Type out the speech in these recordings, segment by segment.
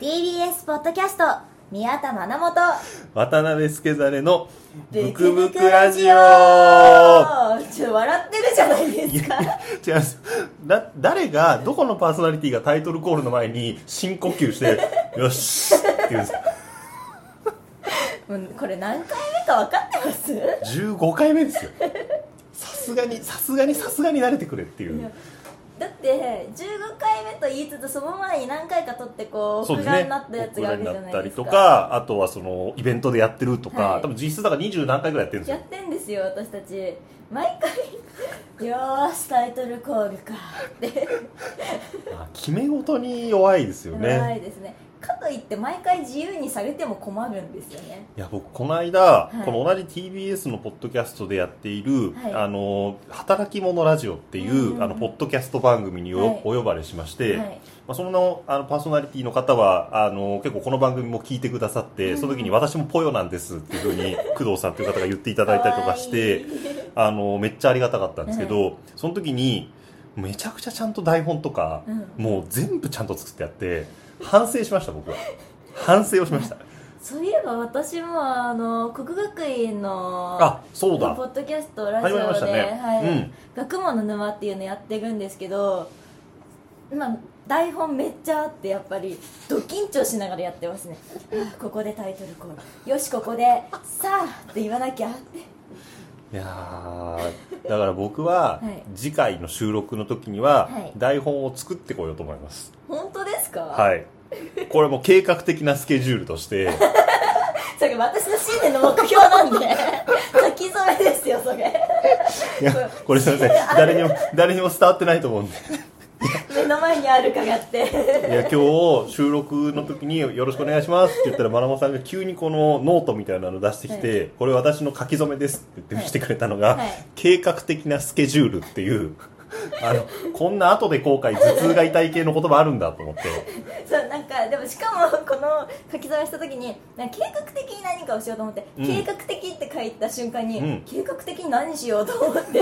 TBS ポッドキャスト宮田真奈本渡辺助ざれのブクブクラジオちょっと笑ってるじゃないですか違いますだ誰がどこのパーソナリティがタイトルコールの前に深呼吸して 「よし!」って言うんですもうこれ何回目か分かってます15回目ですよさすがにさすがにさすがに慣れてくれっていいやうだって15回目と言いつつその前に何回か撮ってこうそうオフですラねになったやつがあるじゃオフラにななったいでりすかとかあとはそのイベントでやってるとか、はい多分実質だから20何回ぐらいやってるんですやよってんですよ私たち毎回よーしタイトルコールかってまあ決め事に弱いですよね、ないですねかといって毎回自由にされても困るんですよねいや僕この間、いこの同じ TBS のポッドキャストでやっている「はいあの働き者ラジオ」っていう、うんうんうんあのポッドキャスト番組にお,、はいお呼ばれしまして、はいまあ、そのあのパーソナリティの方はあの結構この番組も聞いてくださって、その時に「私もポヨなんです」っていうふう に工藤さんという方が言っていただいたりとかしてかわいいあのめっちゃありがたかったんですけど、その時にめちゃくちゃちゃんと台本とか、うもう全部ちゃんと作ってやって反省しました僕は反省をしました。そういえば私もあの国学院のあそうだポッドキャストラジ始オまりましたで、ねはいうん学問の沼っていうのやってるんですけど、まあ、台本めっちゃあってやっぱりド緊張しながらやってますねあここでタイトルコールよしここで「さあ」って言わなきゃっていやーだから僕ははい次回の収録の時にははい台本を作ってこようと思います本当ですか、はい、これも計画的なスケジュールとしてそれ私の新年の目標なんで 書き初めですよそれいやこれすいません誰にも誰にも伝わってないと思うんで目の前にあるかがあっていや今日収録の時に「よろしくお願いします」って言ったらまなもさんが急にこのノートみたいなの出してきて「これ私の書き初めです」って言って見せてくれたのが、はい計画的なスケジュールっていうあのこんな後で後悔頭痛が痛い系の言葉あるんだと思ってそうなんかでもしかも この書き初めした時になんか計画的に何かをしようと思って、うん計画的って書いた瞬間に、うん計画的に何しようと思って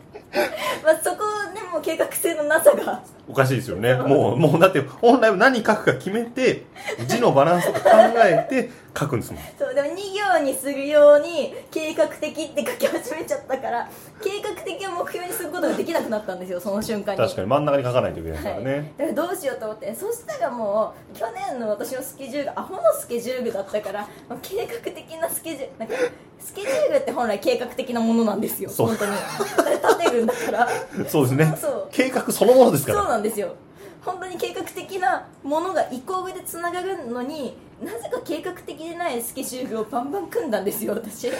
まあそこでもう計画性のなさがおかしいですよね。もう、もうだって、本来は何書くか決めて、字のバランスを考えて書くんですもん。そうでも2行にするように計画的って書き始めちゃったから計画的を目標にすることができなくなったんですよその瞬間に確かに真ん中に書かないといけないはかいらね。だからどうしようと思ってそしたらもう去年の私のスケジュールがアホのスケジュールだったからもう計画的なスケジュールなんかスケジュールって本来計画的なものなんですよそう本当に立てるんだからそうですねそう。計画そのものですかそうら。なんですよ本当に計画的なものが移行上でつながるのになぜか計画的でないスケジュールをバンバン組んだんですよ私い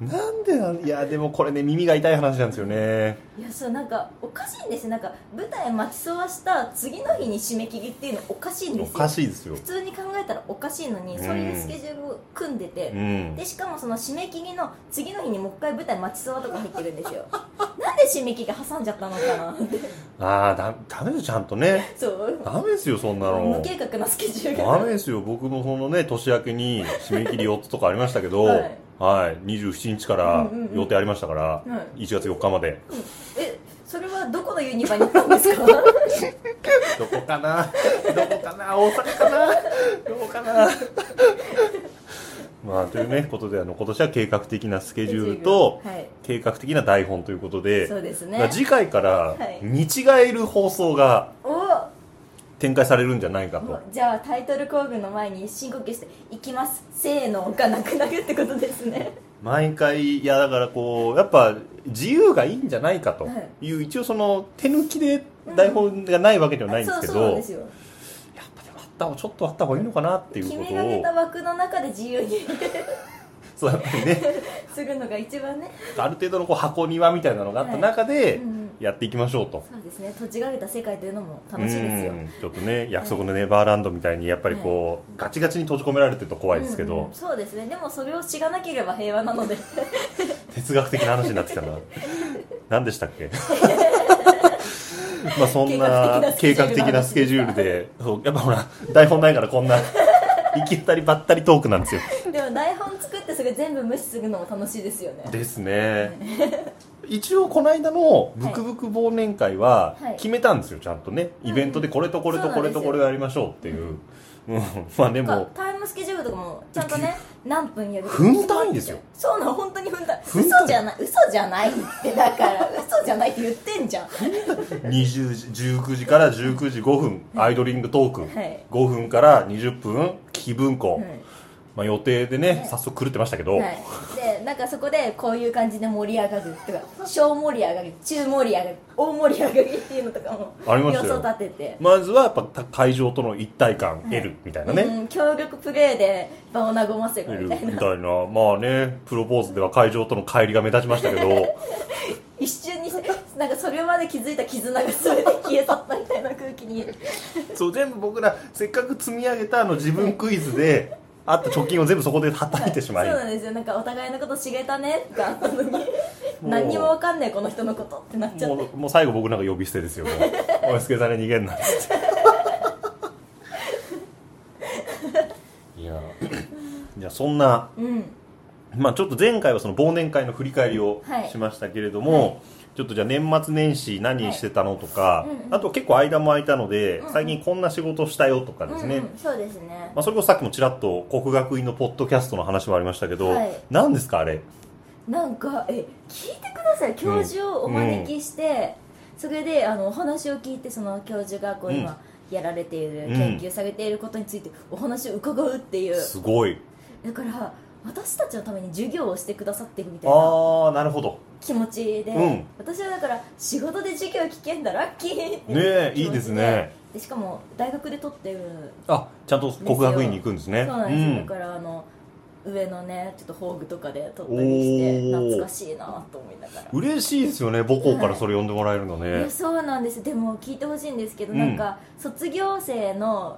なんでなん、いや、でもこれね、耳が痛い話なんですよね。やそうなんかおかしいんですよなんか舞台待ちそわした次の日に締め切りっていうのおかしいんでおすよかしいですよ普。通に考えたらおかしいのにうんそれでスケジュールを組んでて、うんで。しかもその締め切りの次の日にもう一回舞台待ちそわとか入ってるんですよなんで締め切り挟んじゃったのかなってああ、だ、ダメですよ、ちゃんとね。そうダメですよ、そんな無の。計画なスケジュールダメですよ、僕もそのね、年明けに締め切り4つとかありましたけど、ははいい、27日から予定ありましたから、うんうんうんは1月4日まで。うんえそれはどこのユニバに行ったんですかどこかなどこかな大阪かなどこかなまあというねことであの今年は計画的なスケジュールとはい計画的な台本ということでそうですまあね次回からはい見違える放送がお展開されるんじゃないかと、じゃあタイトルコールの前に深呼吸して「行きますせーの」がなくなるってことですね毎回いやだからこうやっぱ自由がいいんじゃないかという、一応その手抜きで台本がないわけではないんですけそうそうなんど、ですよやっぱでもあった方がちょっとあった方がいいのかなっていう決こめとられをた枠の中で自由にそうやっぱりねするのが一番ねある程度のこう箱庭みたいなのがあった中でうんうんやっていきましょうと。そうですね、閉じられた世界というのも楽しいですよ。うんちょっとね約束のネバーランドみたいにやっぱりこう、ガチガチに閉じ込められてると怖いですけど、うんうんそうですね、でもそれを知らなければ平和なの で、哲学的な話になってきたな 何でしたっ けまあそんな計計画画的的ななススケケジジュュールールでそうやっぱほら台本ないからこんな行きったりばったりトークなんですよでも台本作ってそれ全部無視するのも楽しいですよね。ですね一応この間のブクブク忘年会ははい決めたんですよちゃんとねイベントでこれとこれとこれとこれをやりましょうっていう うん、まあでなんもかタイムスケジュールとかもちゃんとね何分やるとか分単位ですよそうなの本当に分単分位単位嘘じゃない嘘じゃないってだ から嘘じゃないって言ってんじゃん20時19時から19時5分アイドリングトークン、はい5分から20分気分庫、はいまあ、予定でね、はい早速狂ってましたけど、はい、でなんかそこでこういう感じで盛り上がるとか小盛り上がり中盛り上がり大盛り上がりっていうのとかもありましたよ予想立てて、まずはやっぱた会場との一体感はい得るみたいなね、うん、協力プレーで場を和ませ得るみるみたたいないなまあねプロポーズでは会場との乖離が目立ちましたけど一瞬にして なんかそれまで気づいた絆が全て消え去ったみたいな空気にそう全部僕らせっかく積み上げたあの自分クイズで あった貯金を全部そこで叩いてしまい、そうなんですよなんかお互いのこと知れたねとかあったのにう何にも分かんないこの人のことってなっちゃってもうもう最後僕なんか呼び捨てです よもうおい助さんに逃げんなっつっていやじゃあそんな、うんまあ、ちょっと前回はその忘年会の振り返りをはいしましたけれども、ちょっとじゃあ年末年始何してたのとか、いうんうんあと結構間も空いたので、うんうん最近こんな仕事したよとかですね、うんうん、そうですねまあ、それこそさっきもちらっと国学院のポッドキャストの話もありましたけど、はい何ですかあれなんかえ聞いてください教授をお招きして、それであのお話を聞いてその教授がこう今、やられているうん研究されていることについてお話を伺うっていう、すごいだから私たちのために授業をしてくださってるみたいなああなるほど気持ちで、うん私はだから仕事で授業聞けんだラッキーってねえ気持ちいいですねでしかも大学で取ってるあちゃんと国学院に行くんですそねうなんですよ、だんからあの上のねちょっと宝具とかで取ったりしておー懐かしいなと思いながら嬉しいですよね母校からそれ呼んでもらえるのね、いやそうなんですでも聞いてほしいんですけど、うんなんか卒業生の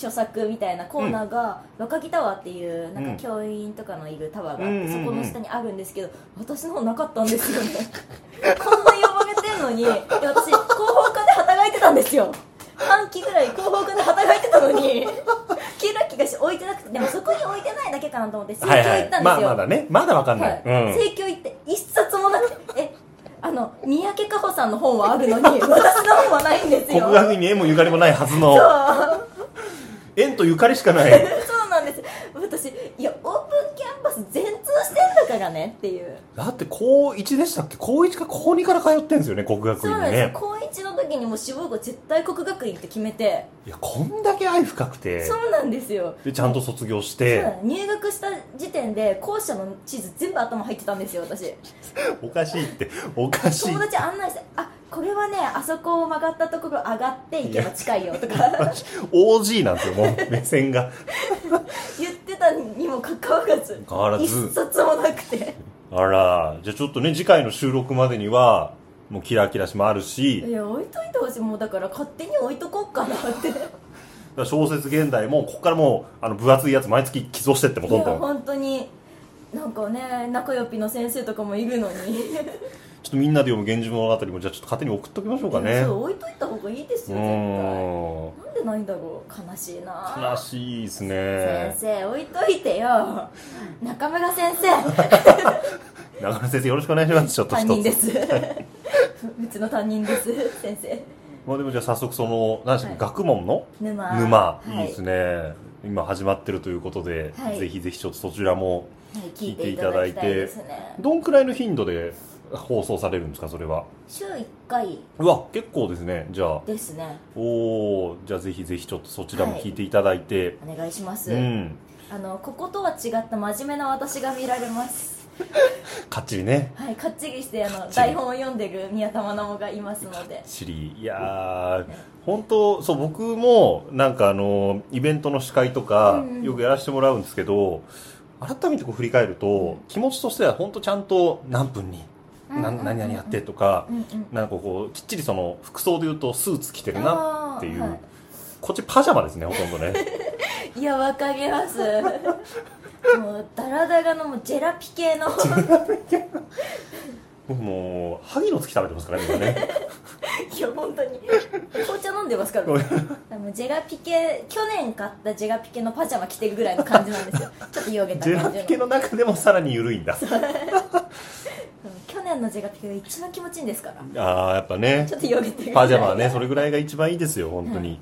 著作みたいなコーナーが、若木タワーっていうなんうんか教員とかのいるタワーがあっうんうんて、うんそこの下にあるんですけど私の方なかったんですよねこんな呼ばれてんのにいや私広報課で働いてたんですよ半期ぐらい広報課で働いてたのにキラキラして置いてなくてでもそこに置いてないだけかなと思って成長はい行ったんはですよ、いまあまだねまだわかんなはいい、うん請求行って一冊もなくてえあの三宅佳穂さんの本はあるのに 私の本はないんです国よ学院に縁もゆかりもないはずそうの縁とゆかりしかない そうなんです私いやオープンキャンパス全通してんだからねっていうだって高1でしたっけ高1か高2から通ってんですよね国学そう院になんですよね高1の時にもう志望校絶対国学院って決めていやこんだけ愛深くてそうなんですよでちゃんと卒業しそうてなんです入学した時点で校舎の地図全部頭入ってたんですよ私おかしいっておかしい友達案内して「あこれはねあそこを曲がったところ上がって行けば近いよ」とか OG なんですよもう 目線が言ってたにもかかわらず変わら一ず冊もなくてあらじゃあちょっとね次回の収録までにはもうキラキラしもあるしいや置いといてほしいもうだから勝手に置いとこうかなっていだから小説現代もここからもうあの分厚いやつ毎月寄贈してってもどんやどんちょ本当になんかね仲良ぴの先生とかもいるのにっとみんなで読む「源氏物語」もじゃあちょっと勝手に送っときましょうかねそう置いといた方がいいですうよ絶対ーんなんでないんだろう悲しいな悲しいです先ね生置いといてよ中村先生中村先生よろしくお願いしますちょっと担一任でつすうちの担任です先生まあでもじゃあ早速その何でしたっけは学問の沼沼はいいいですね今始まってるということではいぜひぜひちょっとそちらもはい、聞いていただきたいですねどんくらいの頻度で放送されるんですかそれは週1回うわ結構ですねじゃあですねおーじゃあぜひぜひちょっとそちらも聞いていただいて、お願いします、うんあのこことは違った真面目な私が見られますかっちりねはいかっちりしてあのちり台本を読んでる宮田愛もがいますので知りいやー本当そう僕もなんかあのイベントの司会とかうんうんよくやらせてもらうんですけど、改めてこう振り返ると、気持ちとしては本当ちゃんと何分に、なうんうんうん何々やってとかう、んうんなんかこうきっちりその服装で言うとスーツ着てるなっていう、あーはいこっちパジャマですねほとんどねいやわかります もうダラダラのもうジェラピ系 の僕もう萩の月食べてますからね今ねいや本当に紅茶飲んでますからも うジェラピ系去年買ったジェラピ系のパジャマ着てるぐらいの感じなん ですよちょっとよげたジェラ感じピのケの中でもさらに緩いんだ うん去年のジェラピ系が一番気持ちいいんですからああやっぱねちょっとよげてるパジャマはねそれぐらいが一番いいですよ本当に、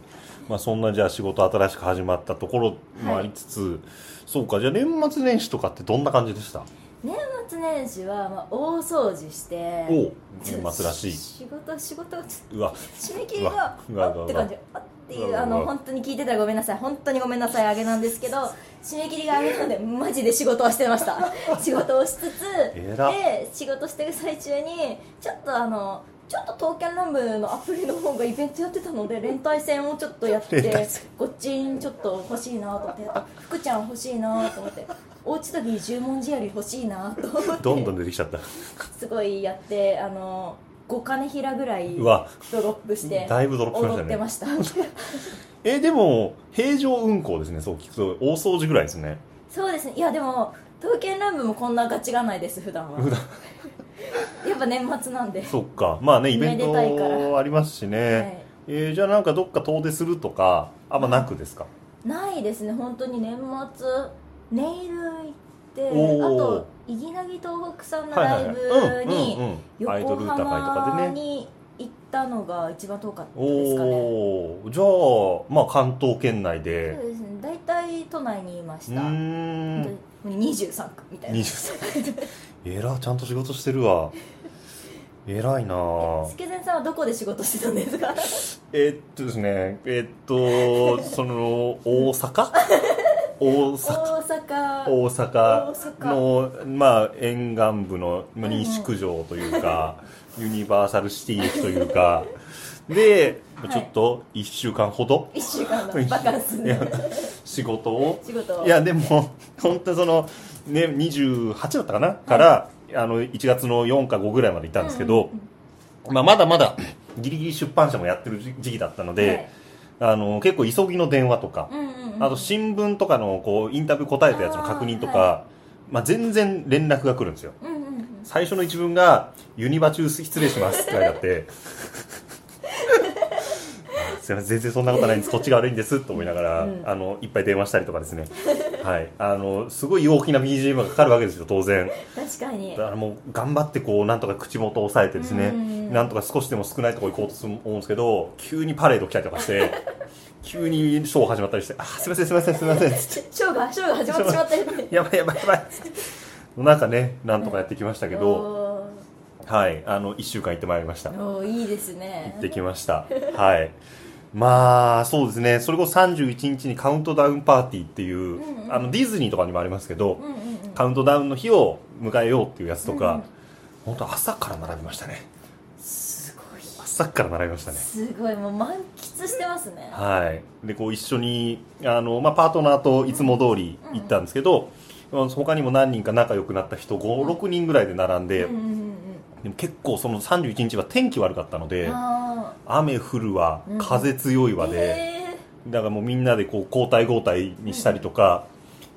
まあ、そんなじゃあ仕事新しく始まったところもありつつ、そうかじゃあ年末年始とかってどんな感じでした、年末年始は、まあ、大掃除しておう年末らしい仕事仕事ちうわょ締め切りがうわうわうあわって感じあっていううわあうのわ本当に聞いてたらごめんなさい本当にごめんなさいあげなんですけど締め切りがあげ なのでマジで仕事をしてました仕事をしつつ偉っで仕事してる最中にちょっとあのちょっと刀剣乱舞のアプリの方がイベントやってたので連帯戦をちょっとやっ連帯て戦ごっちんちょっと欲しいなと思 ってあと福ちゃん欲しいなと思っておうち時に十文字より欲しいな と思ってどんどん出てきちゃったすごいやってあの5金平ぐらいうドわロップしてだいぶドロップしましたね踊ってましたえでも平常運行ですねそう聞くと大掃除ぐらいですね そうですねいやでも刀剣乱舞もこんなガチがないです普段は普 やっぱ年末なんでそっかまあねイベンめでたいからトありますしね、はいえーじゃあなんかどっか遠出するとかあんまなくですか、ないですね本当に年末ネイル行ってあおーとイギナギ東北さんのはいラはイいブはいうんにうんうんアイド横ル歌会とかで浜ねに行ったのが一番遠かったですかねおおーじゃあまあ関東圏内そうでですね大体都内にいましうたー本ん当に23区みたいな23え らちゃんと仕事してるわえらいなあ助前さんはどこで仕事してたんですかえーっとですねえーっとその大 阪大阪大阪大阪大のまあ、沿岸部のまあ西宿城というか、ユニバーサルシティ駅というかで、はいちょっと1週間ほど一週間のバカンスいやで 仕事を仕事をいやでも本当そのね28だったかな、からあの1月の4か5ぐらいまでいたんですけど、まあ、まだまだギリギリ出版社もやってる時時期だったので、あの結構急ぎの電話とか、うんうんうんうんあと新聞とかのこうインタビュー答えたやつの確認とか、あーまあ、全然連絡が来るんですようんうんうん最初の一文が「ユニバ中失礼します」って書いてあって あすいません全然そんなことないんですこっちが悪いんですと思いながら、うんあのいっぱい電話したりとかですね、はい、あのすごい大きな BGM がかかるわけですよ当然確かにだからもう頑張ってこうなんとか口元を押さえてですね、うんなんとか少しでも少ないところ行こうとする思うんですけど急にパレード来たりとかして急にショー始まったりして「あーすいませんすいませんすいません」っつってショーがショーが始まってしまったよねやばいやばいやばいなんかねなんとかやってきましたけど、おはいあの1週間行ってまいりましたー行おーいいですねってきましたはいまあそうですねそれこそ31日にカウントダウンパーティーっていう、んうんあのディズニーとかにもありますけど、うんうんうんカウントダウンの日を迎えようっていうやつとうんうかん、本当朝から並びましたねすごい朝から並びましたねすごいもう満喫してますねはい、でこう一緒にあの、まあ、パートナーといつも通り行ったんですけど、他にも何人か仲良くなった人56人ぐらいで並んで、うんうんうんでも結構その31日は天気悪かったのうでんあ雨降るわうん風強いーわで、へだからもうみんなでこう交代交代にしたりとか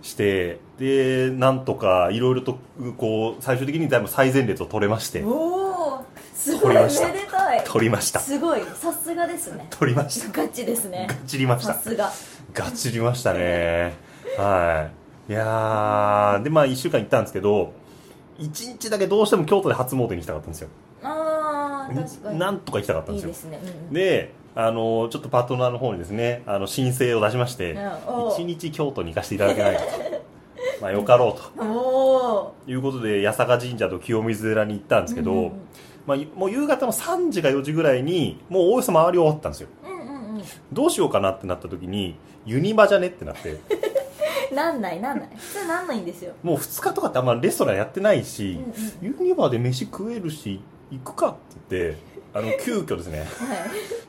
して、でなんとかいろいろとこう最終的に全部最前列を取れましてーおおすご取いりめましたでたい取りましたすごいさすがですね取りましたガチですねがっちりましさたすががちりましたね。はい。いやー、で、まあ、1週間行ったんですけど、1日だけどうしても京都で初詣に行きたかったんですよ。ああ確かになんとか行きたかったんいでいすよで。すね、うんうん、で、あのちょっとパートナーの方にですね、あの、申請を出しまして、うんおう1日京都に行かせていただけな いかと。まあ、よかろうおということで、八坂神社と清水寺に行ったんですけど、うんうんまあ、もう夕方の3時か4時ぐらいに、もうおおよそ回り終わったんですよ。ーうんうんうどうしようかなってなった時に、ユニバじゃねってなって。んなんないなんないそれなんないんですよもう2日とかってあんまレストランやってないし、うんユニバーで飯食えるし行くかって言ってあの急遽ですねはい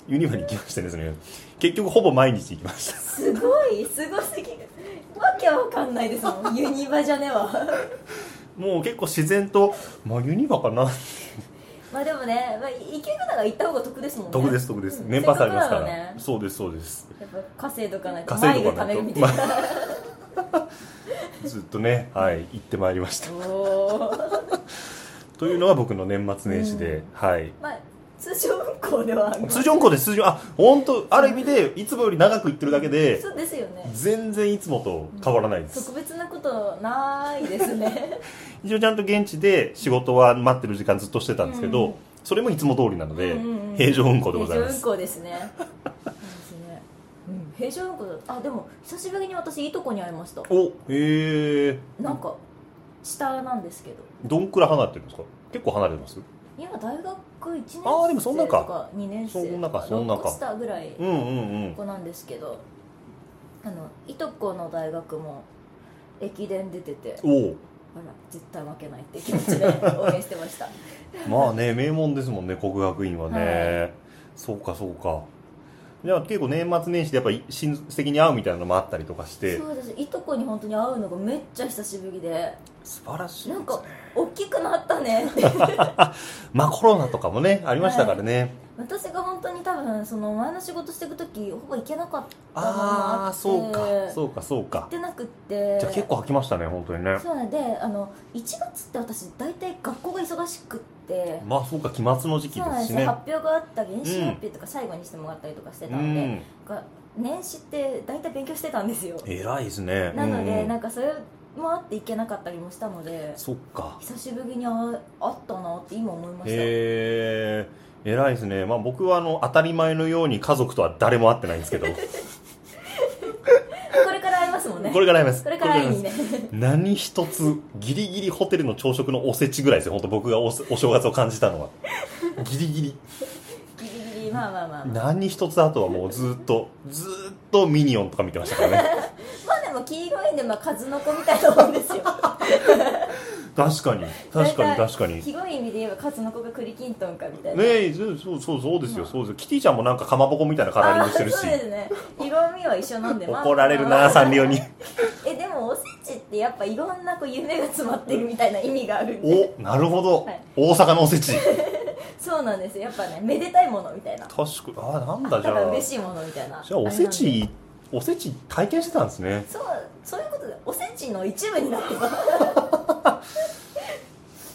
ユニバーに行きましてですね結局ほぼ毎日行きましたすごいすごすぎるわけわかんないですもんユニバじゃねはもう結構自然と、まあ、ユニバーかな まあでもね、まあ、行けるなら行った方が得ですもんね得です得です、うん年パスありますからせっかくならねそうですそうですやっぱ稼いとかないと稼前いとがか貯めないるとみたいなずっとねはい行ってまいりましたおおーというのが僕の年末年始で、うんはいまあ通常運行ではある通常運行で通常あ本当ある意味でいつもより長く行ってるだけでそうですよね全然いつもと変わらないです特別なことないですね一応ちゃんと現地で仕事は待ってる時間ずっとしてたんですけど、うんそれもいつも通りなので、うんうんうん平常運行でご通ざ常います運行ですねそうですね平常運行だあでも久しぶりに私いとこに会いましたおへえなんか下なんですけどどんくらい離れてるんですか結構離れてます今大学1年生あーでもそんなとかか2年生そんとなかかそんなか6個下ぐらいうんうんうん子なんですけどあのいとこの大学も駅伝出ててあらおお絶対負けないって気持ちで応援してま したまあね名門ですもんね国学院はね、はそうかそうかじゃあ結構年末年始でやっぱり親戚に会うみたいなのもあったりとかしてそうですいとこに本当に会うのがめっちゃ久しぶりで素晴らしいなですんねか大きくなったねってまあコロナとかもねありましたからね、私が本当に多分その前の仕事してく時ほぼ行けなかったのもあああってそうか行そうかそうかってなくってじゃあ結構空きましたね本当にねそうなんであの1月って私大体学校が忙しくってまあそうか期末の時期そうでなんですしすよね発表があったり、練習発表とか最後にしてもらったりとかしてうたんで、んが年始って大体勉強してたんですよ偉いですねなのうんで、うんなんかそれもあって行けなかったりもしたのでそっか久しぶりに会ったなって今思いましたへえ偉いですね、まあ、僕はあの当たり前のように家族とは誰も会ってないん ですけどこれから会いますもんねこれから会いますこれから会いにこれから会いまねす何一つギリギリホテルの朝食のおせちぐらいですよ本当僕がおお正月を感じたのはギリギギリリギリ まあまあまあまあ何一つあとはもうずっとずっとミニオンとか見てましたからねまあでも黄色いんでまあ数の子みたいなもんですよ確かに確かに確かに広い意味で言えば数の子が栗きんとんかみたいなねえそうそうそうそうですよそうですよキティちゃんもなんかかまぼこみたいなあ飾りあもしてるしそうですね色味は一緒なんで、まあ 怒られるまあなサンリ オにえでもおせちってやっぱいろんなこう夢が詰まってるみたいな意味があるんでおなるほど、はい大阪のおせちそうなんですよやっぱねめでたいものみたいな確かあなんだだじゃからあ嬉しいものみたいなじゃあおせれなんでちおせち体験してたんですねそうそういうことでおせちの一部になってます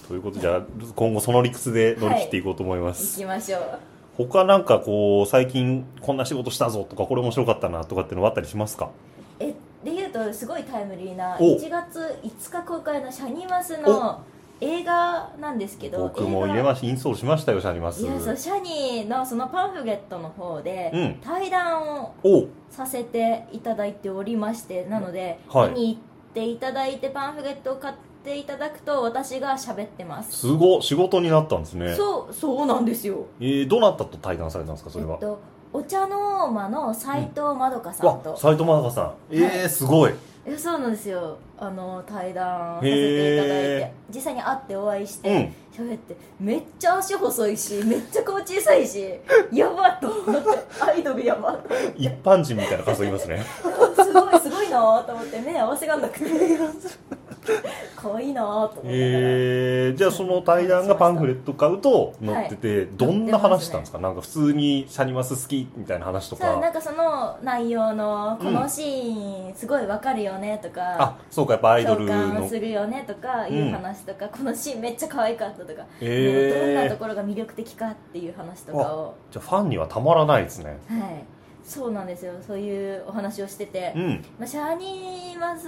ということでじゃあ今後その理屈で乗り切っていこうと思いま行す、きましょう他なんかこう最近こんな仕事したぞとかこれ面白かったなとかっていうのはあったりしますかえでいうとすごいタイムリーなお1月5日公開の「シャニマス」の映画なんですけど僕も入れすましインストールしましたよシャニマスいやそうシャニーのそのパンフレットの方で、うん対談をおさせていただいておりましてなので、はい見に行っていただいてパンフレットを買っていただくと私が喋ってます、すごい仕事になったんですねそうそうなんですよえー、どなたと対談されたんですかそれえはっ、とお茶の間の斎藤まどかさんわと、斎藤真香さんえー、すごいえそうなんですよあの対談させていただいへて実際に会ってお会いしうてん喋、ってめっちゃ足細いしめっちゃ顔小さいしやばっと思ってアイドルやばっと思って一般人みたいな感想言いますね すごいすごいなと思って目合わせがなくて可愛いなと思って、えー、じゃあその対談がパンフレット買うと載ってて、どんな話したんですかなんか普通にシャニマス好きみたいな話とそうなかんかその内容のこのシーンすごいわかるよねとか、あそうかやっぱアイドル共感のするよねとかいう話とか、このシーンめっちゃ可愛かったとか、えーどんなところが魅力的かっていう話とかを、じゃあファンにはたまらないですねはい、そうなんですよそういうお話をしててう、んまあ、シャーニーマス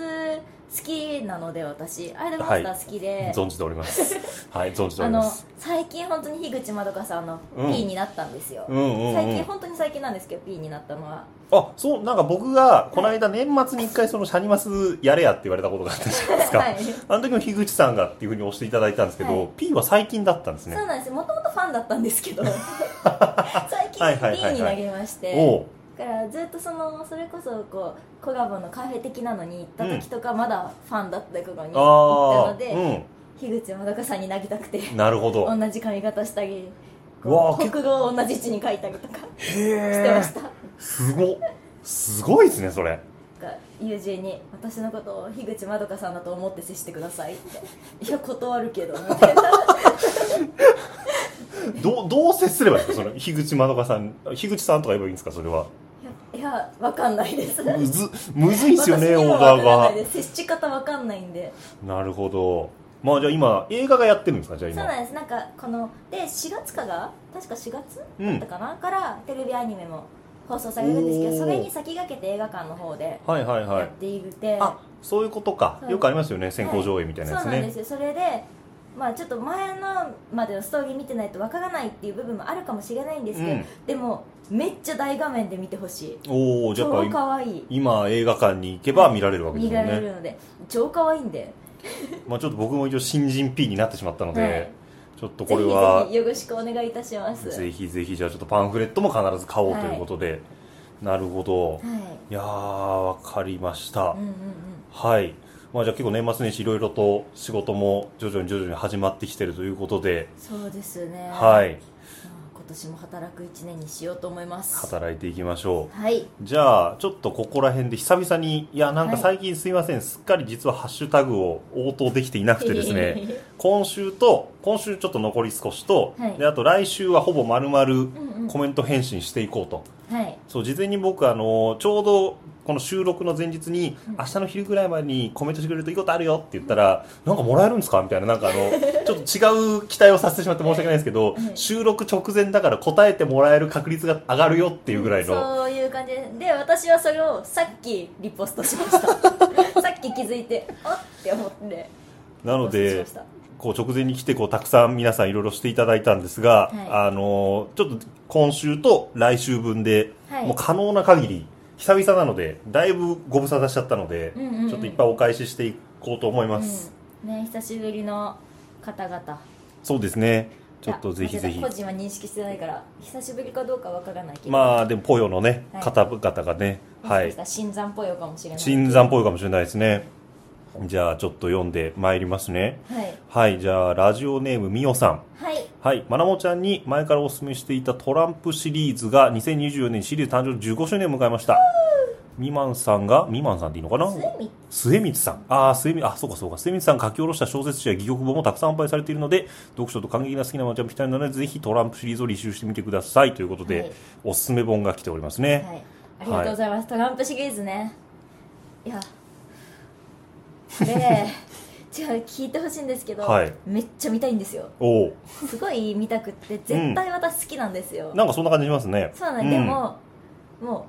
好きなので私アイドルマスター好きで、存じております はい存じておありまのす最近本当に樋口まどかさんのうん P になったんですよ、うんうんうん最近本当に最近なんですけど P になったのはあそうなんか僕がこの間年末に一回そのシャニマスやれやって言われたことがあったじゃないですか、はいあの時も樋口さんがっていうふうに押していただいたんですけど、はい P は最近だったんですねそうなんですもともとファンだったんですけ ど最はいはい近はいはい B になりましておうだからずっとそのそれこそこうコラボのカフェ的なのに行った時とかまだファンだった頃に行あったのであ樋口まどかさんになりたくてうんなるほど同じ髪型したりうわこーう国語を同じ字に書いたりとかへしてまえしたすごっすごいですねそれが友人に「私のことを樋口まどかさんだと思って接してください」って「いや断るけど」み たいなどうどう接すればいいですかその樋口まどかさん樋口さんとか言えばいいんですかそれはいやわかんないですむずむずいですよ私ねオにーはダわかーらながいです接し方わかんないんでなるほどまあじゃあ今映画がやってるんですかじゃあそう今なんですなんかこので4月かが確か4月うんだったかな、からテレビアニメも放送されるんですけおーどそれに先駆けて映画館の方ではいはいはやっいているて、あそういうことかそうよくありますよね先行上映みたいなやつそうなんでねすよそれでまあちょっと前のまでのストーリー見てないとわからないっていう部分もあるかもしれないんですけど、うんでもめっちゃ大画面で見てほしいおおじゃあや超っかぱわいい今映画館に行けば見られるわけで見すもらんれねる、ので超かわいいんでまあ、ちょっと僕も一応新人 P になってしまったので、はいちょっとぜこひれはぜひよろしくお願いいたしますぜひぜひじゃあちょっとパンフレットも必ず買おうということで、なるほど、はいいやーわかりました、うんうんはい、まあ、じゃあ結構年末年始いろいろと仕事も徐々に徐々に始まってきてるということで、うんそうですねはいまあ今年も働く一年にしようと思います働いていきましょうはいじゃあちょっとここら辺で久々にいやなんかはい最近すいません、すっかり実はハッシュタグを応答できていなくてですね今週と今週ちょっと残り少しと、はいであと来週はほぼ丸 々うんうんコメント返信していこうと、はいそう事前に僕あのちょうどこの収録の前日に、うん明日の昼ぐらいまでにコメントしてくれるといいことあるよって言ったら、なんかもらえるんですかみたいななんかあの ちょっと違う期待をさせてしまって申し訳ないですけど、はい収録直前だから答えてもらえる確率が上がるよっていうぐらいの、そういう感じでで私はそれをさっきリポストしま したさっき気づいてあって思ってなのリでポストしましこう直前に来てこうたくさん皆さんいろいろしていただいたんですが、はあのちょっと今週と来週分で、はいもう可能な限り久々なのでだいぶご無沙汰しちゃったので、うんうんうんちょっといっぱいお返ししていこうと思いたます。うんね久しぶりの方々そうですね。ちょっとぜひぜいひや間違えた個。人は認識してないから久しぶりかどうかわからないけどまあでもポヨのね、はい方々がね、はもしかしいた、ら新参っぽいのかもしれない新参ポヨかもしれないですね。じゃあちょっと読んでまいりますね。はいはい、じゃあラジオネームみよさん。はいはい、まなもちゃんに前からお勧めしていたトランプシリーズが2024年シリーズ誕生15周年を迎えました。みまんさんが、みまんさんでいいのかなスミ末光さん。ああ、末光、あ、そうかそうか。末光さんが書き下ろした小説集や戯曲本もたくさん販売されているので、読書と感激が好きなマちゃんぴったりなので、ぜひトランプシリーズを履修してみてください。ということで、はいおすすめ本が来ておりますね。はいありがとうございます、トランプシリーズねい やで違う聞いてほしいんですけど、はいめっちゃ見たいんですよおおすごい見たくって絶対私好きなんですよ、なんかそんな感じしますね。そうなん、で、もも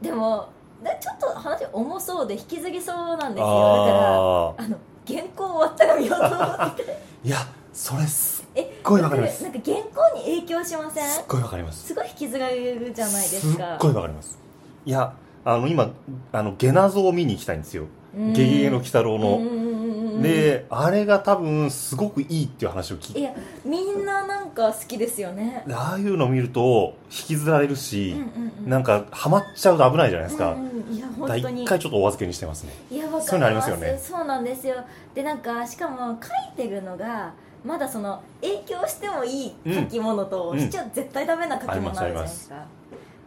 うでもでちょっと話重そうで引きずりそうなんですよだかああらあの原稿終わったら見ようと思っててー。いや、それ すっえごいわかりますなんか原稿に影響しませんごいわかります。すごい引きずられるじゃないですすっかごいわかります。いや、あの、今、あの、ゲナゾを見に行きたいんですよ。うんゲゲゲの鬼太郎うんの。うんうんうんうんで、あれが多分、すごくいいっていう話を聞いていやみんななんか好きですよねでああいうの見ると引きずられるし、んなんかハマっちゃうと危ないじゃないですか、うんうんいやだ本当一に回ちょっとお預けにしてますねいやわかそういうりのありまますすよねそうなんですよでなんかしかも書いてるのがまだその影響してもいい書き物と、うんしちゃ絶対ダメな書き物あるじゃないですか、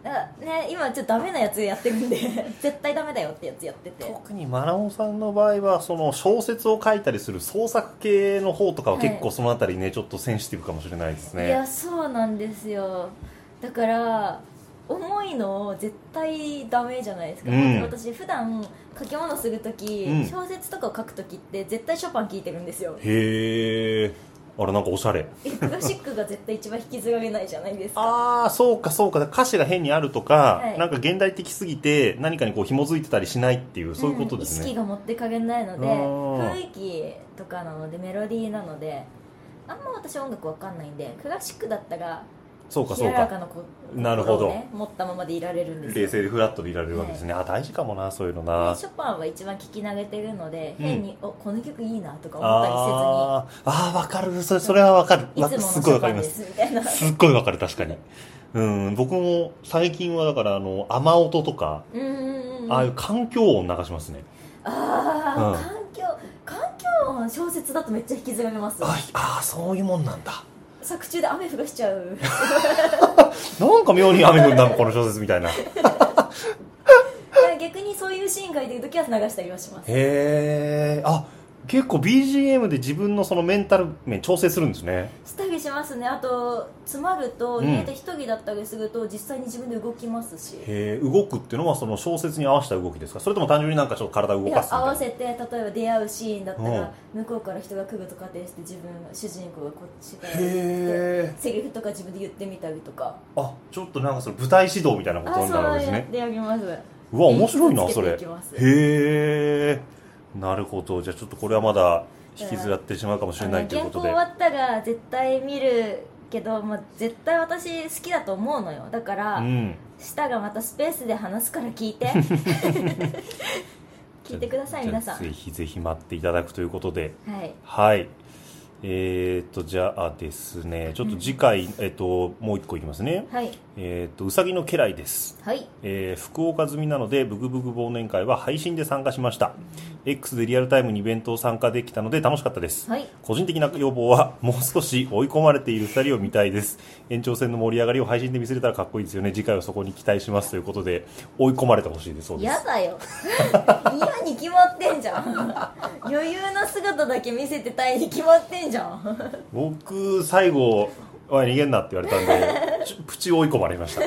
だからね今ちょっとダメなやつやってるんで 絶対ダメだよってやつやってて特にマナオさんの場合はその小説を書いたりする創作系の方とかははい結構そのあたりね、ちょっとセンシティブかもしれないですいねやそうなんですよだから重いのを絶対ダメじゃないですか、うん私普段書き物する時、うん小説とかを書く時って絶対ショパン聴いてるんですよへえあれなんかおしゃれえクラシックが絶対一番引きずられないじゃないですかああそうかそうか歌詞が変にあるとか、はいなんか現代的すぎて何かにこう紐づいてたりしないっていうそういうことですん意識ね、が持ってかれないのであー雰囲気とかなのでメロディーなのであんま私音楽わかんないんでクラシックだったらそうか冷そやうらかかなこなるほど心をね持ったままでいられるんですよ冷静でフラットでいられるわけですね、あ大事かもなそういうのなショパンは一番聞き慣れてるので、うん変に「おこの曲いいな」とか思ったあーあーわかるそれそれはわかるりわせずに「いつもすのっショパごいわかりンまですす」みたいなすっごいわかる確かにうん僕も最近はだからあの雨音とか、うんうんうんああいう環境音流しますねあうんー環境環境音小説だとめっちゃ引きずられますああーそういうもんなんだ作中で雨降らしちゃう なんか妙に雨降るなこの小説みたいなへ逆にそういうシーンがいてる時は流したりはしますえあ結構 BGM で自分のそのメンタル面調整するんですねしたりしますねあと詰まるとうん家で一人だったりすると実際に自分で動きますし、へえ動くっていうのはその小説に合わせた動きですかそれとも単純になんかちょっと体をい動かやすみたい合なわせて例えば出会うシーンだったうんら向こうから人が来ると仮定して自分主人公がこっちからへえセリフとか自分で言ってみたりとかあちょっとなんかその舞台指導みたいなことあにそなるわうけですやねってやりますうわ面白いな演出つそけてれへいきますえなるほどじゃあちょっとこれはまだ引きずらってしまうかもしれないという原こ稿と終でわったら絶対見るけど、まあ、絶対私好きだと思うのよだから、うん舌がまたスペースで話すから聞 いて 聞いてくださいじゃあ皆さんぜひぜひ待っていただくということではいはいえー、とじゃあですねちょっと次回、えっともう一個いきますね、はいえー、とうさぎの家来ですはいえー福岡済みなのでブグブグ忘年会は配信で参加しました X でリアルタイムにイベントを参加できたので楽しかったです、はい個人的な要望はもう少し追い込まれている2人を見たいです延長戦の盛り上がりを配信で見せれたらかっこいいですよね次回はそこに期待しますということで追い込まれてほしいですそうでやすだ よ嫌に決まってんじゃん余裕な姿だけ見せてたいに決まってんじゃん僕最後「おい逃げんな」って言われた んでちょプチ追い込まれました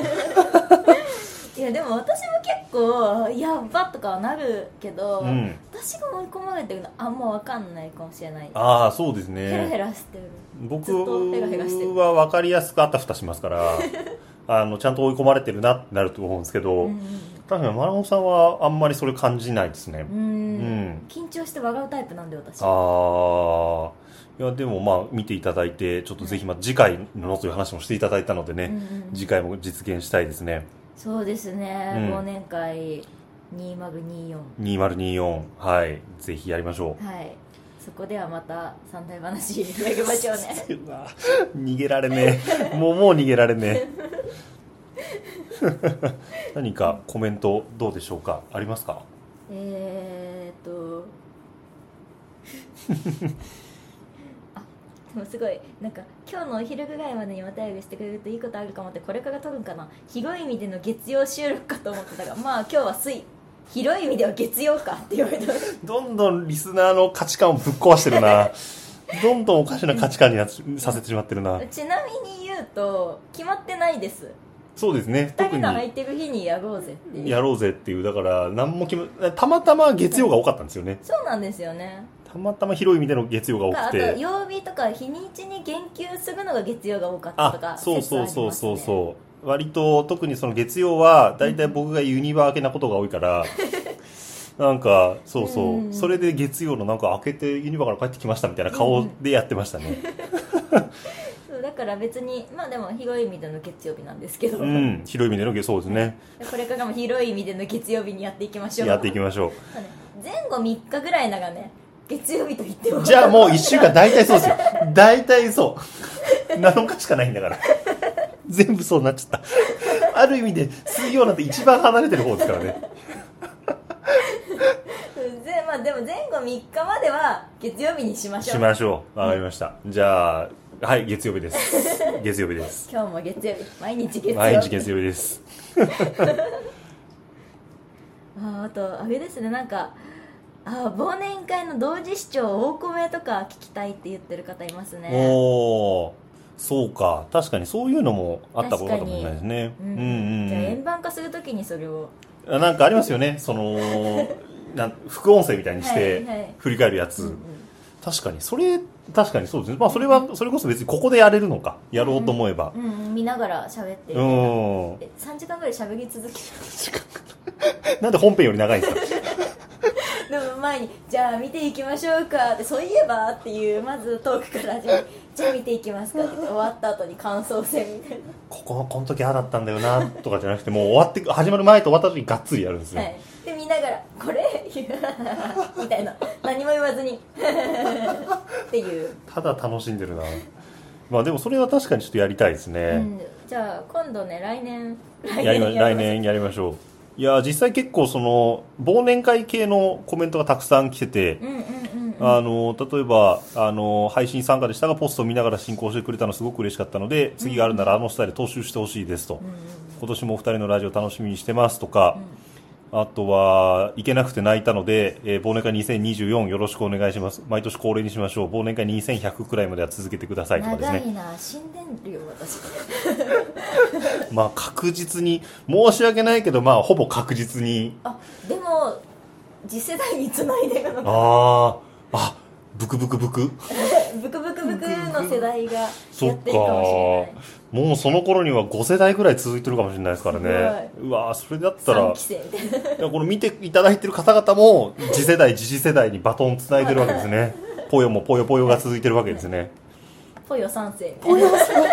いやでも私も結構やっばとかはなるけど、うん私が追い込まれてるのあんま分かんないかもしれないああそうですヘラヘ ねラしてる僕ずっとヘラヘラしてるは分かりやすくあたふたしますから あのちゃんと追い込まれてるなってなると思うんですけど、うん確かにマラモンさんはあんまりそれ感じないですねう、うんん、緊張して笑うタイプなんで私ああいやでもまあ見ていただいてちょっとぜひまあ次回のという話もしていただいたのでうんうね、ん次回も実現したいですねそうですね、うん忘年会2024 2024はいぜひやりましょはいそこではまた三大話やりましょうねううわ逃げられねえもうもう逃げられねえ 何かコメントどうでしょうかありますか えーっ とあでもすごいなんか今日のお昼ぐらいまでにお便りしてくれるといいことあるかもってこれから撮るんかな広い意味での月曜収録かと思ってたがまあ今日は 水広い意味では月曜かって言われたどんどんリスナーの価値観をぶっ壊してるなどんどんおかしな価値観になっさせてしまってるな ちなみに言うと決まってないですそうですね2特人にの空いてる日にやろうぜっていうやろうぜっていうだから何も決めたまたま月曜が多かったんですよねそうなんですよねたまたま広い意味での月曜が多あくとて曜日とか日にちに言及するのが月曜が多かったとあかそうそうそうそううそう割と特にその月曜は大体僕がユニバー明けなことが多いから なんかそうそう、うんそれで月曜のなんか明けてユニバーから帰ってきましたみたいな顔でやってましたね そうだから別にまあでも広い意味での月曜日なんですけど、うん、広い意味での月そうですねこれからも広い意味での月曜日にやっていきましょうやっていきましょそうね前後3日ぐらいならね月曜日と言ってもうじゃあもう1週間大体そうですよ大体そう 7日しかないんだから全部そうなっちゃったある意味で水曜なんて一番離れてる方ですからねぜまあ、でも前後3日までは月曜日にしましょしうましょうわかりました、じゃあはい月曜日です 月曜日です今日も月曜日毎日月曜日毎日月曜日ですああとあれですねなんかあー忘年会の同時視聴大米とか聞きたいって言ってる方いますねおーそうか確かにそういうのもあったことかもしれないですねううんんじゃあ円う盤化するときにそれをんうんなんかありますよねそのなん副音声みたいにしはいはいて振り返るやつ、うんうん確かにそれ確かにそうですねまあそれはそれこそ別にここでやれるのかやろうと思えばうんうん見ながら喋ってうるん、え3時間ぐらい喋り続け なんで本編より長いんですかる でも前に「じゃあ見ていきましょうか」って「そういえば」っていうまずトークから始め て「じゃあ見ていきますか」って言って終わった後に感想戦みたいここのこの時ああだったんだよなとかじゃなくてもう終わって始まる前と終わった時にがっつりやるんですな、よ、はい、で見ながら「これ? 」みたいな何も言わずにっていうただ楽しんでるなまあでもそれは確かにちょっとやりたいですうね、ん、じゃあ今度ね来年来 やりま来やり年やりましょういや実際結構その忘年会系のコメントがたくさん来てて、ますうんうんうんうんあの例えばあの配信参加でしたがポストを見ながら進行してくれたのすごく嬉しかったので次があるならあのスタイル踏襲してほしいですと、うんうん今年もお二人のラジオ楽しみにしてますとか、あとは行けなくて泣いたので、えー忘年会2024よろしくお願いします毎年恒例にしましょう忘年会2100くらいまでは続けてくださいとかです長ねいな死んでるよ私まあ確実に申し訳ないけどまあほぼ確実にあでも次世代につないでるのかあああブクブクブクブクブクブクの世代がやそっっかてるかももうその頃には5世代ぐらい続いてるかもしれないですからねすうわーそれだっしたれない3ら期生みたいないやこの見ていただいてる方々も次世代次次世代にバトンつないで るわけですねぽよもぽよぽよが続いてるわけですねポヨ3世みたいぽよさん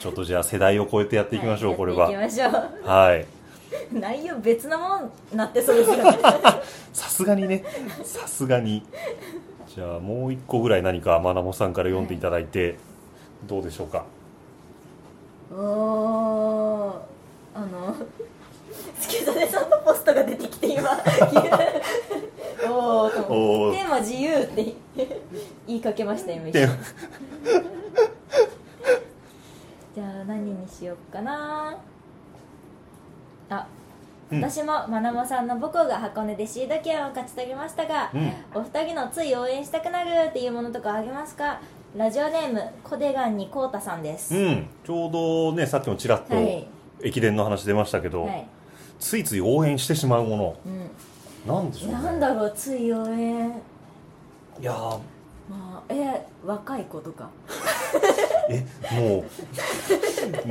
ちょっとじゃあ世代を超えてやっていきましょう、これはやっていきましょうはい内容別のもんなってそうですよねさすがにねさすがにじゃあもう一個ぐらい何かまなもさんから読んでいただいて、どうでしょうかおーあの助田さんのポストが出てきて 今おーと思おっーてテーマ自由って言いかけました今一で瞬じゃあ何にしようかなあ、うん私もまなもさんの母校が箱根でシード権を勝ち取りましたが、うんお二人のつい応援したくなるっていうものとかありますかラジオネームコデガンにコウタさんです、うん、ちょうどねさっきもちらっとはい駅伝の話出ましたけど、はい、ついつい応援してしまうもう、のなんでしょうんねなんだろうつい応援いやーまあえ若い子とかえもう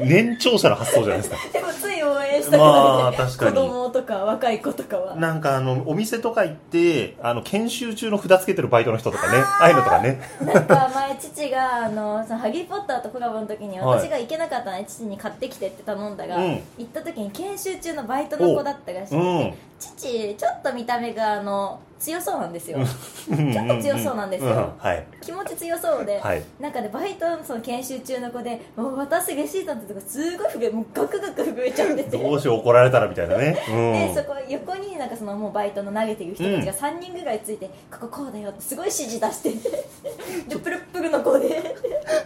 年長者の発想じゃない ですか でもつい応援したくなる、まあ確か子に供とか若い子とかはなんかあのお店とか行ってあの研修中の札つけてるバイトの人とかねああいうのとか ねなんか前父があのそのハリー・ポッターとコラボの時にはい私が行けなかったので父に買ってきてって頼んだが、うん行った時に研修中のバイトの子だったらしくて、うん父ちょっと見た目があの強そうなんですよちょっと強そうなんですよはい気持ち強そうで、はいなんかでバイトのその研修中の子でもう私レシートの時とかすごい震えもうガクガク震えちゃっててどうしよう怒られたらみたいなね、でそうん、こ横になんかそのもうバイトの投げている人たちが3人ぐらいついて、こここうだよってすごい指示出しててでプルップルの子で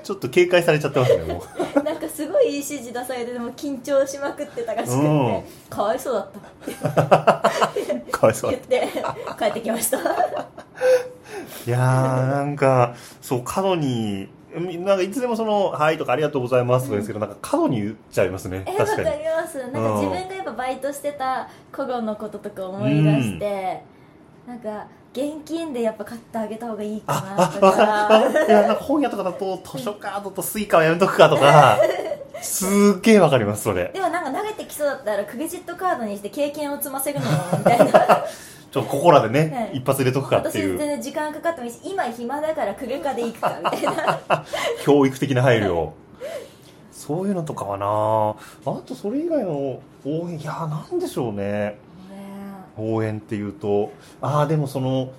ちょっと警戒されちゃってますねも なんかすごいいい指示出されてでも緊張しまくってたらしくて、うんかわいそうだったう かわいそう言って帰ってきましたいやーなんかそう過度になんかいつでもその「はい」とか「ありがとうございます」とかですけど、なんか過度に言っちゃいますねえわ確かかりにますなんか自分がやっぱバイトしてた頃のこととか思い出して、なんか現金でやっぱ買ってあげた方がいいかなあとわかかるあいやなんか本屋とかだと図書カードとスイカはやめとくかとかすっげえわかりますそれでもなんか投げてきそうだったらクレジットカードにして経験を積ませるのもみたいなちょっとここらでね、はい一発入れとくかって私い全う然時間かかってもいいし今暇だから車で行くかみた いな教育的な配慮そういうのとかはなあとそれ以外の応援いやーなんでしょうね応援っていうとああでもその好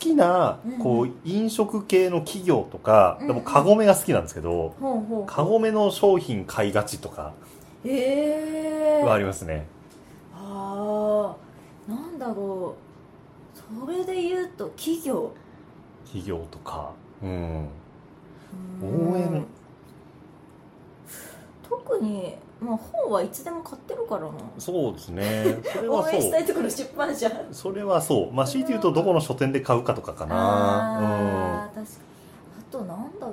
きなうんこう飲食系の企業とか、うんでもカゴメが好きなんですけど、ほうほカゴメの商品買いがちとかうへえはあありますね、あーなんだろうそれで言うと企業企業とかうんうーん応援特に、まあ、本はいつでも買ってるからなそうです ねそれは応そ援したういところ出版社それはそうまあ強いて言うとどこの書店で買うかとかかなあー確かにあとなんだろ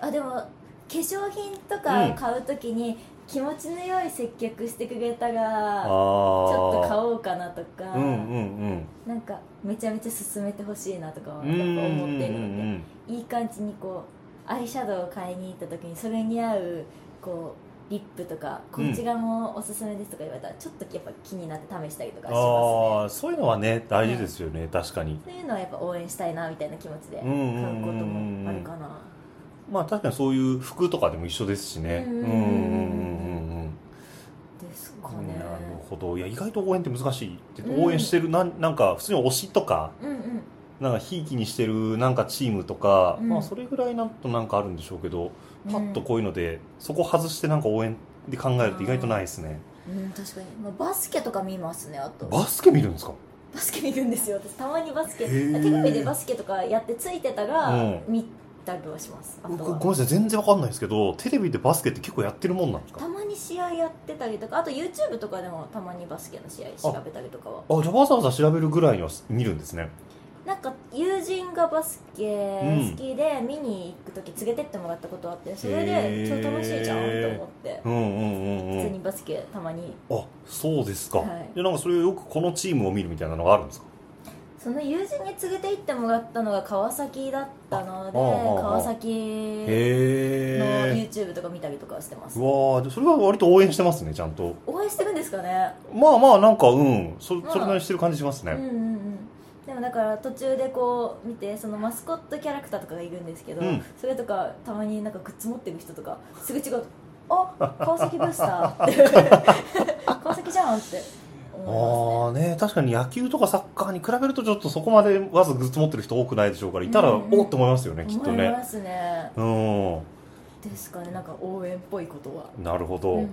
うなあでも化粧品とか買うときに気持ちの良い接客してくれたうんあら、ちょっと買あおうかなとか、うんうんうんなんかめちゃめちゃ勧めてほしいなとかはうんやっうぱん思ってるうのでんいい感じにこうアイシャドウを買いに行った時にそれに合うこうリップとかこちらもおすすめですとか言われたらちょっとやっぱ気になって試したりとかしますねああそういうのはね大事ですよね、確かにそういうのはやっぱ応援したいなみたいな気持ちで買うんうんうんうんうこともあるかなまあ確かにそういう服とかでも一緒ですしね。ううんんううんんううんんですかうんうん。ねなるほど。いや意外と応援って難しいって。うん応援してるなんなんか普通に推しとか。うんうんなんかひいきにしてるなんかチームとか、うんまあそれぐらいなんとなんかあるんでしょうけど、パッとこういうのでそこ外してなんか応援で考えると意外とないですね、うん確かに、まあ、バスケとか見ますねあとバスケ見るんですかバスケ見るんですよ私たまにバスケへテレービでバスケとかやってついてたら、うん見たりはしますあごとはごめんなさい全然わかんないですけどテレビでバスケって結構やってるもんなんですかたまに試合やってたりとかあと YouTube とかでもたまにバスケの試合調べたりとかはあじゃあわざわざ調べるぐらいには見るんですねなんか友人がバスケ好きで見に行く時連れてってもらったことあってそれでへー今日楽しいじゃんと思ってうんうんうんうん普通にバスケたまにあそうですか、はいでなんかそれをよくこのチームを見るみたいなのがあるんですかその友人に連れて行ってもらったのが川崎だったのであああああ川あ崎のへえ YouTube とか見たりとかしてますうわあそれは割と応援してますねちゃんと応援してるんですかねまあまあなんかうんそまあそれなりにしてる感じしまうすんね、うんうんででもだから途中でこう見てそのマスコットキャラクターとかがいるんですけど、うんそれとかたまになんかグッズ持ってる人とかすぐ違うあ 川崎ブースターって川崎じゃんって思いますねああね確かに野球とかサッカーに比べるとちょっとそこまでわざグッズ持ってる人多くないでしょうからいたらうおんうんおって思いますよねきっと思いねますねうですかねなんか応援っぽいことはんなるほうど、んうんうん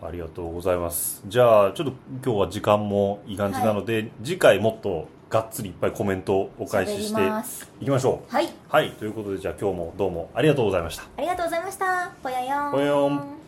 ありがとうございますじゃあちょっと今日は時間もいい感じなので、次回もっとがっつりいっぱいコメントをお返しして喋りますいきましょうはいはいということでじゃあ今日もどうもありがとうございましたありがとうございましたぽやよんぽやよん